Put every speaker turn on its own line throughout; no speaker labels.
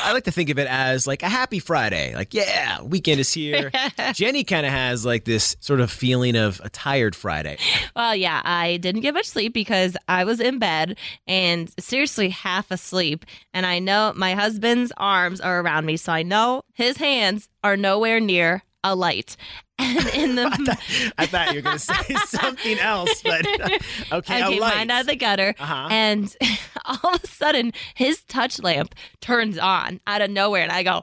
I like to think of it as like a happy Friday. Like, yeah, weekend is here. Jenny kind of has like this sort of feeling of a tired Friday.
Well, yeah, I didn't get much sleep because I was in bed and seriously half asleep. And I know my husband's arms are around me, so I know his hands are nowhere near a light. And in the
I thought you were going to say something else, but uh, okay,
okay,
a light.
mine out of the gutter.
Uh-huh.
And all of a sudden, his touch lamp turns on out of nowhere. And I go,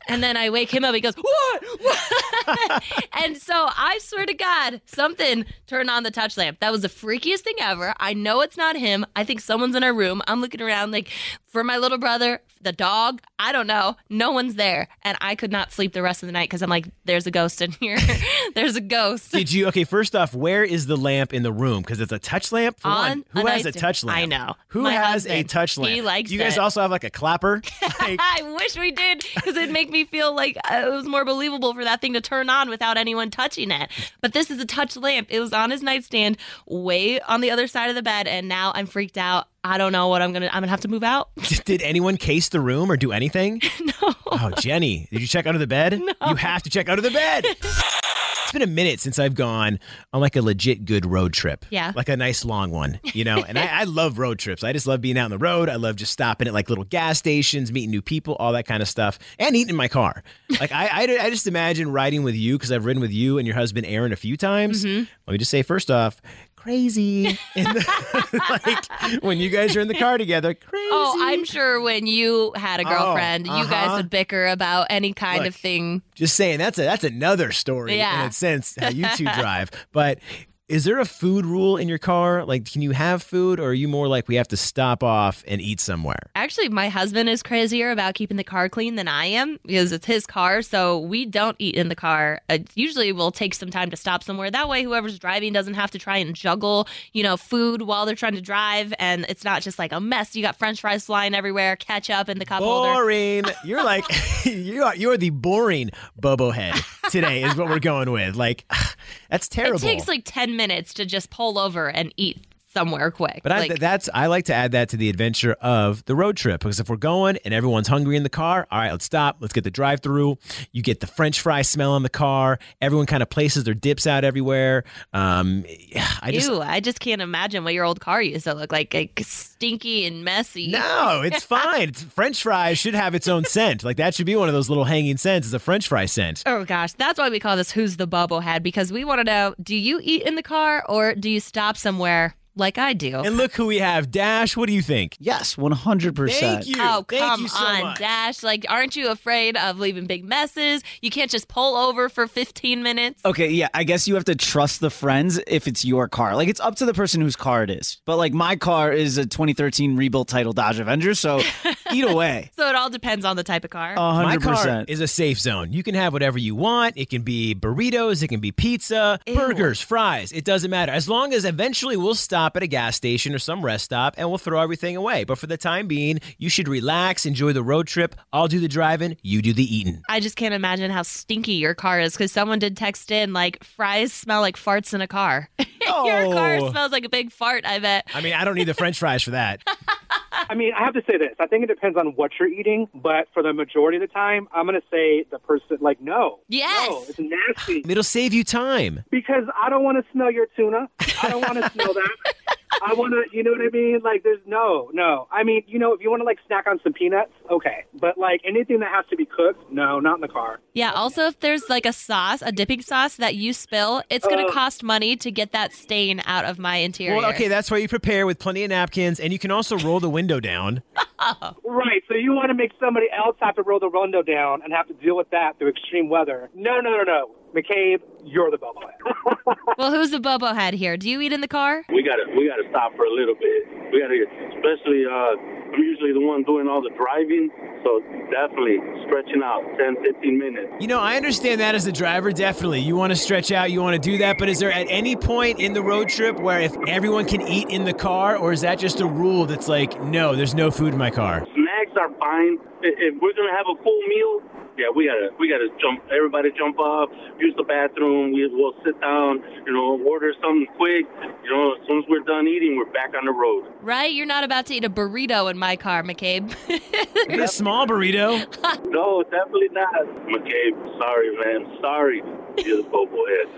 and then I wake him up. He goes, what? what? and so I swear to God, something turned on the touch lamp. That was the freakiest thing ever. I know it's not him. I think someone's in our room. I'm looking around like for my little brother, the dog. I don't know. No one's there. And I could not sleep the rest of the night because I'm like, there's a ghost in here. there's a ghost.
Did you okay? First off, where is the lamp in the room? Because it's a touch lamp. For
On
one, who
a
has a
nightstand.
touch lamp?
I know.
Who
My
has a
husband.
touch
He
lamp?
likes
You guys
it.
also have like a clapper. Like,
I wish we did because it'd make me feel like uh, it was more believable for that thing to turn on without anyone touching it. But this is a touch lamp. It was on his nightstand, way on the other side of the bed, and now I'm freaked out. I don't know what I'm gonna. I'm gonna have to move out.
did anyone case the room or do anything?
no.
Oh, Jenny, did you check under the bed? You have to check under the bed. It's been a minute since I've gone on like a legit good road trip.
Yeah.
Like a nice long one, you know? And I, I love road trips. I just love being out on the road. I love just stopping at like little gas stations, meeting new people, all that kind of stuff, and eating in my car. Like, I, I, I just imagine riding with you because I've ridden with you and your husband, Aaron, a few times.
Mm-hmm.
Let me just say, first off, crazy. And like when you guys are in the car together, crazy.
Oh, I'm sure when you had a girlfriend, you guys
uh-huh.
would bicker about any kind
Look.
of thing.
Just saying that's a that's another story in
Yeah.
its sense how you two drive. But is there a food rule in your car? Like can you have food or are you more like we have to stop off and eat somewhere?
Actually, my husband is crazier about keeping the car clean than I am because it's his car, so we don't eat in the car. Uh, usually, we'll take some time to stop somewhere. That way, whoever's driving doesn't have to try and juggle, you know, food while they're trying to drive, and it's not just like a mess. You got French fries flying everywhere, ketchup in the cup holder.
Boring. You're like you are you're the boring bobo head today is what we're going with. Like that's terrible.
It takes like ten minutes to just pull over and eat somewhere quick.
But
Like,
I, that's I like to add that to the adventure of the road trip because if we're going and everyone's hungry in the car, all right, let's stop. Let's get the drive-through. You get the French fry smell in the car. Everyone kind of places their dips out everywhere. Um, I just
ew, I just can't imagine what your old car used to look like, like stinky and messy.
no, it's fine. It's, French fries should have its own scent. Like that should be one of those little hanging scents. Is a French fry scent.
Oh gosh, that's why we call this "Who's the Bobblehead" because we want to know: Do you eat in the car, or do you stop somewhere like I do?
And look who we have, Dash. What do you think?
Yes, 100%.
Thank you.
Oh
Thank
come
you so
on,
much.
Dash! Like, aren't you afraid of leaving big messes? You can't just pull over for fifteen minutes.
Okay, yeah, I guess you have to trust the friends if it's your car. Like, it's up to the person whose car it is. But, like, my car is a 2013 rebuilt title Dodge Avenger, so eat away.
So it all depends on the type of car.
100%.
My car is a safe zone. You can have whatever you want. It can be burritos, it can be pizza, burgers, fries. It doesn't matter. As long as eventually we'll stop at a gas station or some rest stop and we'll throw everything away. But for the time being, you should relax, enjoy the road trip. I'll do the driving, you do the eating.
I just can't imagine how stinky your car is because someone did text in like fries smell like farts in a car. your car
Oh.
smells like a big fart. I bet.
I mean, I don't need the french fries for that.
I mean, I have to say this. I think it depends on what you're eating, but for the majority of the time, I'm going to say the person, like, no.
Yes.
No, it's nasty.
It'll save you time.
Because I don't want to smell your tuna. I don't want to smell that. I want to, you know what I mean? Like, there's no, no. I mean, you know, if you want to, like, snack on some peanuts, okay. But, like, anything that has to be cooked, no, not in the car.
Yeah, also if there's like a sauce, a dipping sauce that you spill, it's going to cost money to get that stain out of my interior.
Oh. Well, okay, that's why you prepare with plenty of napkins and you can also roll the window down.
Right. So you want to make somebody else have to roll the rondo down and have to deal with that through extreme weather. No, no, no, no. McCabe, you're the bobblehead.
Well, who's the bobo head here? Do you eat in the car?
we gotta we gotta stop for a little bit. We gotta, especially uh, I'm usually the one doing all the driving, so So definitely stretching out 10, 15 minutes.
You know, I understand that as a driver, definitely. You want to stretch out, you want to do that, but is there at any point in the road trip where if everyone can eat in the car, or is that just a rule that's like, no, there's no food in my car?
Snacks are fine. I- If we're gonna have a full meal, yeah, we gotta we gotta jump. Everybody jump off, use the bathroom. We will sit down. You know, order something quick. You know, as soon as we're done eating, we're back on the road.
Right? You're not about to eat a burrito in my car, McCabe.
Get a small burrito.
No, definitely not, McCabe. Sorry, man. Sorry, you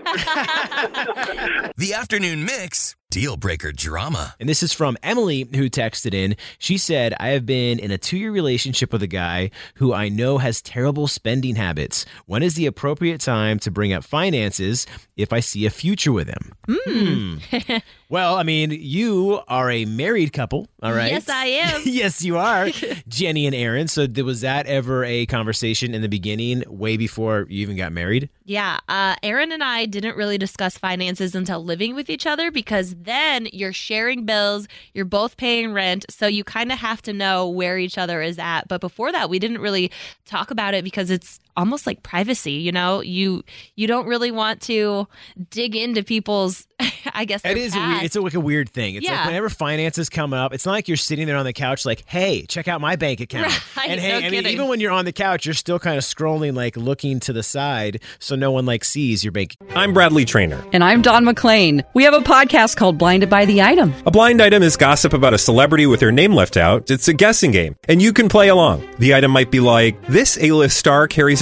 bobblehead.
The afternoon mix, deal breaker drama.
And this is from Emily, who texted in. She said, I have been in a two year relationship with a guy who I know has terrible spending habits. When is the appropriate time to bring up finances if I see a future with him? Hmm. well, I mean, you are a married couple, all right?
Yes, I am.
yes, you are, Jenny and Aaron. So, th- was that ever a conversation in the beginning, way before you even got married?
Yeah, uh, Aaron and I didn't really discuss finances until living with each other because then you're sharing bills, you're both paying rent, so you kind of have to know where each other is at. But before that, we didn't really talk about it because it's almost like privacy, you know. You you don't really want to dig into people's, I guess.
It
their
is. A weird,
past.
it's a, like a weird thing. It's like
Yeah.
whenever finances come up, it's not like you're sitting there on the couch like, "Hey, check out my bank account."
Right,
and hey,
no
I mean,
kidding.
even when you're on the couch, you're still kind of scrolling, like looking to the side, so no one like sees your bank.
I'm Bradley Trainer.
And I'm Don McClain. We have a podcast called Blinded by the Item.
A blind item is gossip about a celebrity with their name left out. It's a guessing game, and you can play along. The item might be like this: A-list star carries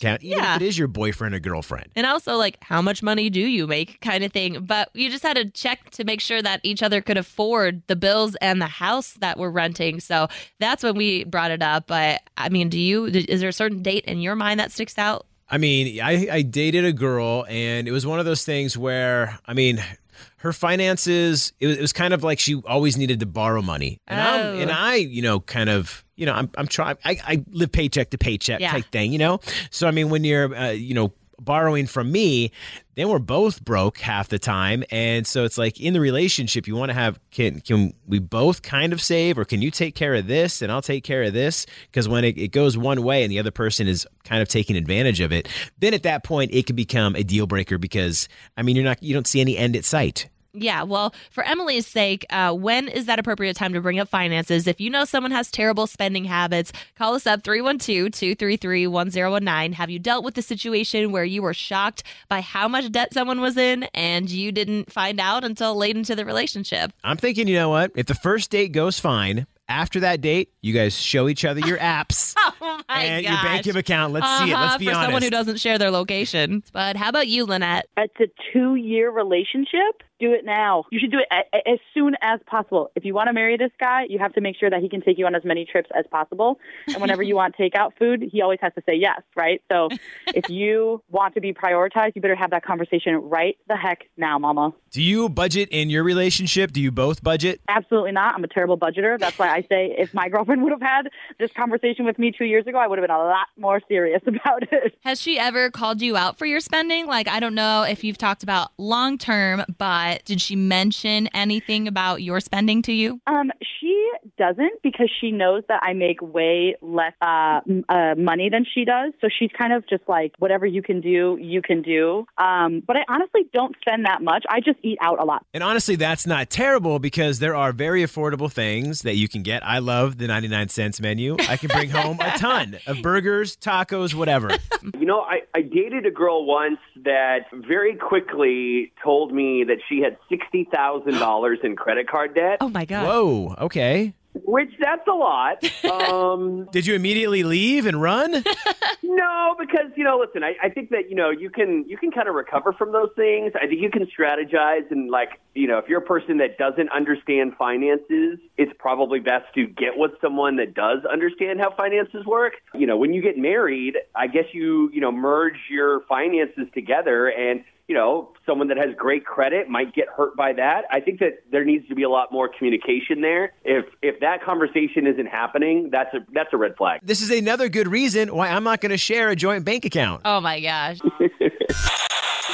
Account, even
Yeah.
if it is your boyfriend or girlfriend.
and also like how much money do you make kind of thing but you just had to check to make sure that each other could afford the bills and the house that we're renting so that's when we brought it up but i mean do you is there a certain date in your mind that sticks out
I mean, I, I dated a girl, and it was one of those things where, I mean, her finances, it was, it was kind of like she always needed to borrow money. And, I'm,
Oh.
and I, you know, kind of, you know, I'm, I'm trying, I, I live paycheck to paycheck
Yeah.
type thing, you know? So, I mean, when you're, uh, you know, borrowing from me, then we're both broke half the time. And so it's like in the relationship, you want to have, can, can we both kind of save or can you take care of this and I'll take care of this? Because when it, it goes one way and the other person is kind of taking advantage of it, then at that point it can become a deal breaker because I mean, you're not, you don't see any end at sight.
yeah well for emily's sake uh, when is that appropriate time to bring up finances if you know someone has terrible spending habits call us up 312-233-1019 have you dealt with the situation where you were shocked by how much debt someone was in and you didn't find out until late into the relationship
I'm thinking, you know what? If the first date goes fine, after that date, you guys show each other your apps
Oh my
and your
gosh.
bank account. Let's see it. Let's
Uh-huh,
be
for
honest.
someone who doesn't share their location. But how about you, Lynette?
It's a two year relationship. Do it now. You should do it a- a- as soon as possible. If you want to marry this guy, you have to make sure that he can take you on as many trips as possible. And whenever you want takeout food, he always has to say yes, right? So if you want to be prioritized, you better have that conversation right the heck now, mama.
Do you budget in your relationship? Do you both budget?
Absolutely not. I'm a terrible budgeter. That's why I say if my girlfriend would have had this conversation with me two years ago, I would have been a lot more serious about it.
Has she ever called you out for your spending? Like, I don't know if you've talked about long term, but did she mention anything about your spending to you?
Um, she doesn't because she knows that I make way less uh, m- uh, money than she does. So she's kind of just like, whatever you can do, you can do. Um, but I honestly don't spend that much. I just eat out a lot.
And honestly, that's not terrible because there are very affordable things that you can get. I love the 99 cents menu. I can bring home a ton of burgers, tacos, whatever.
You know, I, I dated a girl once that very quickly told me that she had $60,000 in credit card debt,
Oh my God.
Whoa, okay.
which that's a lot. Um,
Did you immediately leave and run?
no, because, you know, listen, I, I think that, you know, you can, you can kind of recover from those things. I think you can strategize and like, you know, if you're a person that doesn't understand finances, it's probably best to get with someone that does understand how finances work. You know, when you get married, I guess you, you know, merge your finances together and you know, someone that has great credit might get hurt by that. I think that there needs to be a lot more communication there. If if that conversation isn't happening, that's a that's a red flag.
This is another good reason why I'm not going to share a joint bank account.
Oh my gosh.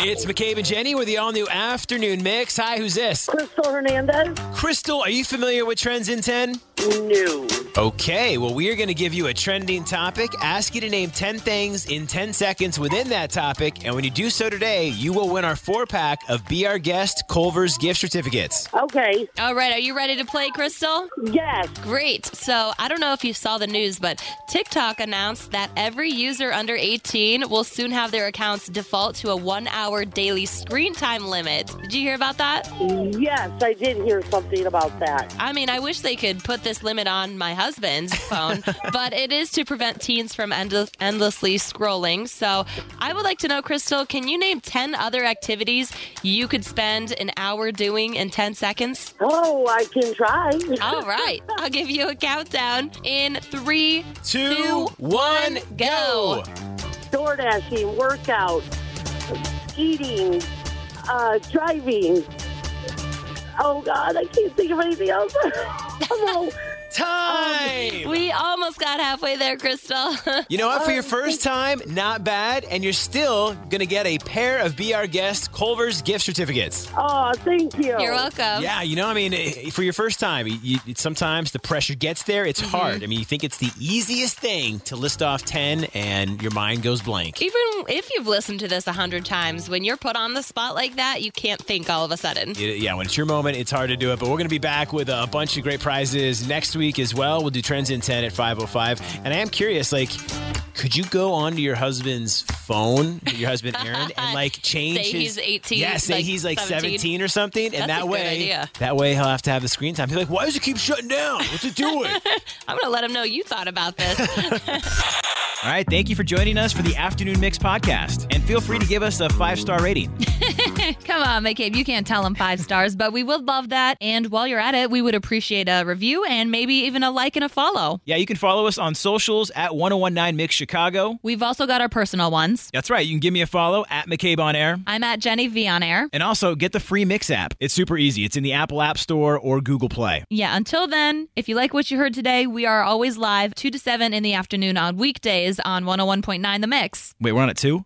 It's McCabe and Jenny with the all new afternoon mix. Hi, who's this?
Crystal Hernandez.
Crystal, are you familiar with Trends in 10?
No.
Okay, well, we are going to give you a trending topic, ask you to name 10 things in 10 seconds within that topic, and when you do so today, you will win our four pack of Be Our Guest Culver's gift certificates.
Okay.
All right. Are you ready to play, Crystal?
Yes.
Great. So I don't know if you saw the news, but TikTok announced that every user under 18 will soon have their accounts default to a one hour daily screen time limit. Did you hear about that?
Yes, I did hear something about that.
I mean, I wish they could put this limit on my husband's phone, but it is to prevent teens from endless, endlessly scrolling. So I would like to know, Crystal, can you name 10 other activities you could spend an hour doing in 10 seconds?
Oh, I can try.
All right. I'll give you a countdown in three,
two,
two,
one,
go.
Door dashing, workout, eating, uh, driving. Oh, God, I can't think of anything else. oh,
Time!
We almost got halfway there, Crystal.
You know what? For your first time, not bad, and you're still going to get a pair of Be Our Guest Culver's gift certificates.
no. Oh, thank you.
You're welcome.
Yeah, you know, I mean, eh, for your first time, you, you- sometimes the pressure gets there. It's
Mm-hmm.
hard. I mean, you think it's the easiest thing to list off 10 and your mind goes blank.
Even if you've listened to this a hundred times, when you're put on the spot like that, you can't think all of a sudden.
Y- Yeah, when it's your moment, it's hard to do it. But we're going to be back with a bunch of great prizes next week as well. We'll do Trends in 10 at 5.05. And I am curious, like, could you go onto your husband's phone, your husband Aaron, and like change
Say
his-
he's 18,
Yeah, say
like
he's like
17.
17 or something, and
That's a
that
good
way,
idea.
that way he'll have to have the screen time. He's like, why does it keep shutting down? What's it doing?
I'm gonna let him know you thought about this.
All right, thank you for joining us for the Afternoon Mix podcast. And feel free to give us a five star rating.
Come on, McCabe, you can't tell him five stars, but we would love that. And while you're at it, we would appreciate a review and maybe even a like and a follow.
Yeah, you can follow us on socials at 1019 Mix Chicago.
We've also got our personal ones.
That's right, you can give me a follow at McCabe on Air.
I'm at Jenny V on air.
And also get the free Mix app. It's super easy. It's in the Apple App Store or Google Play.
Yeah, until then, if you like what you heard today, we are always live 2 to 7 in the afternoon on oh weekdays on 101.9 The Mix.
Wait, we're on it too?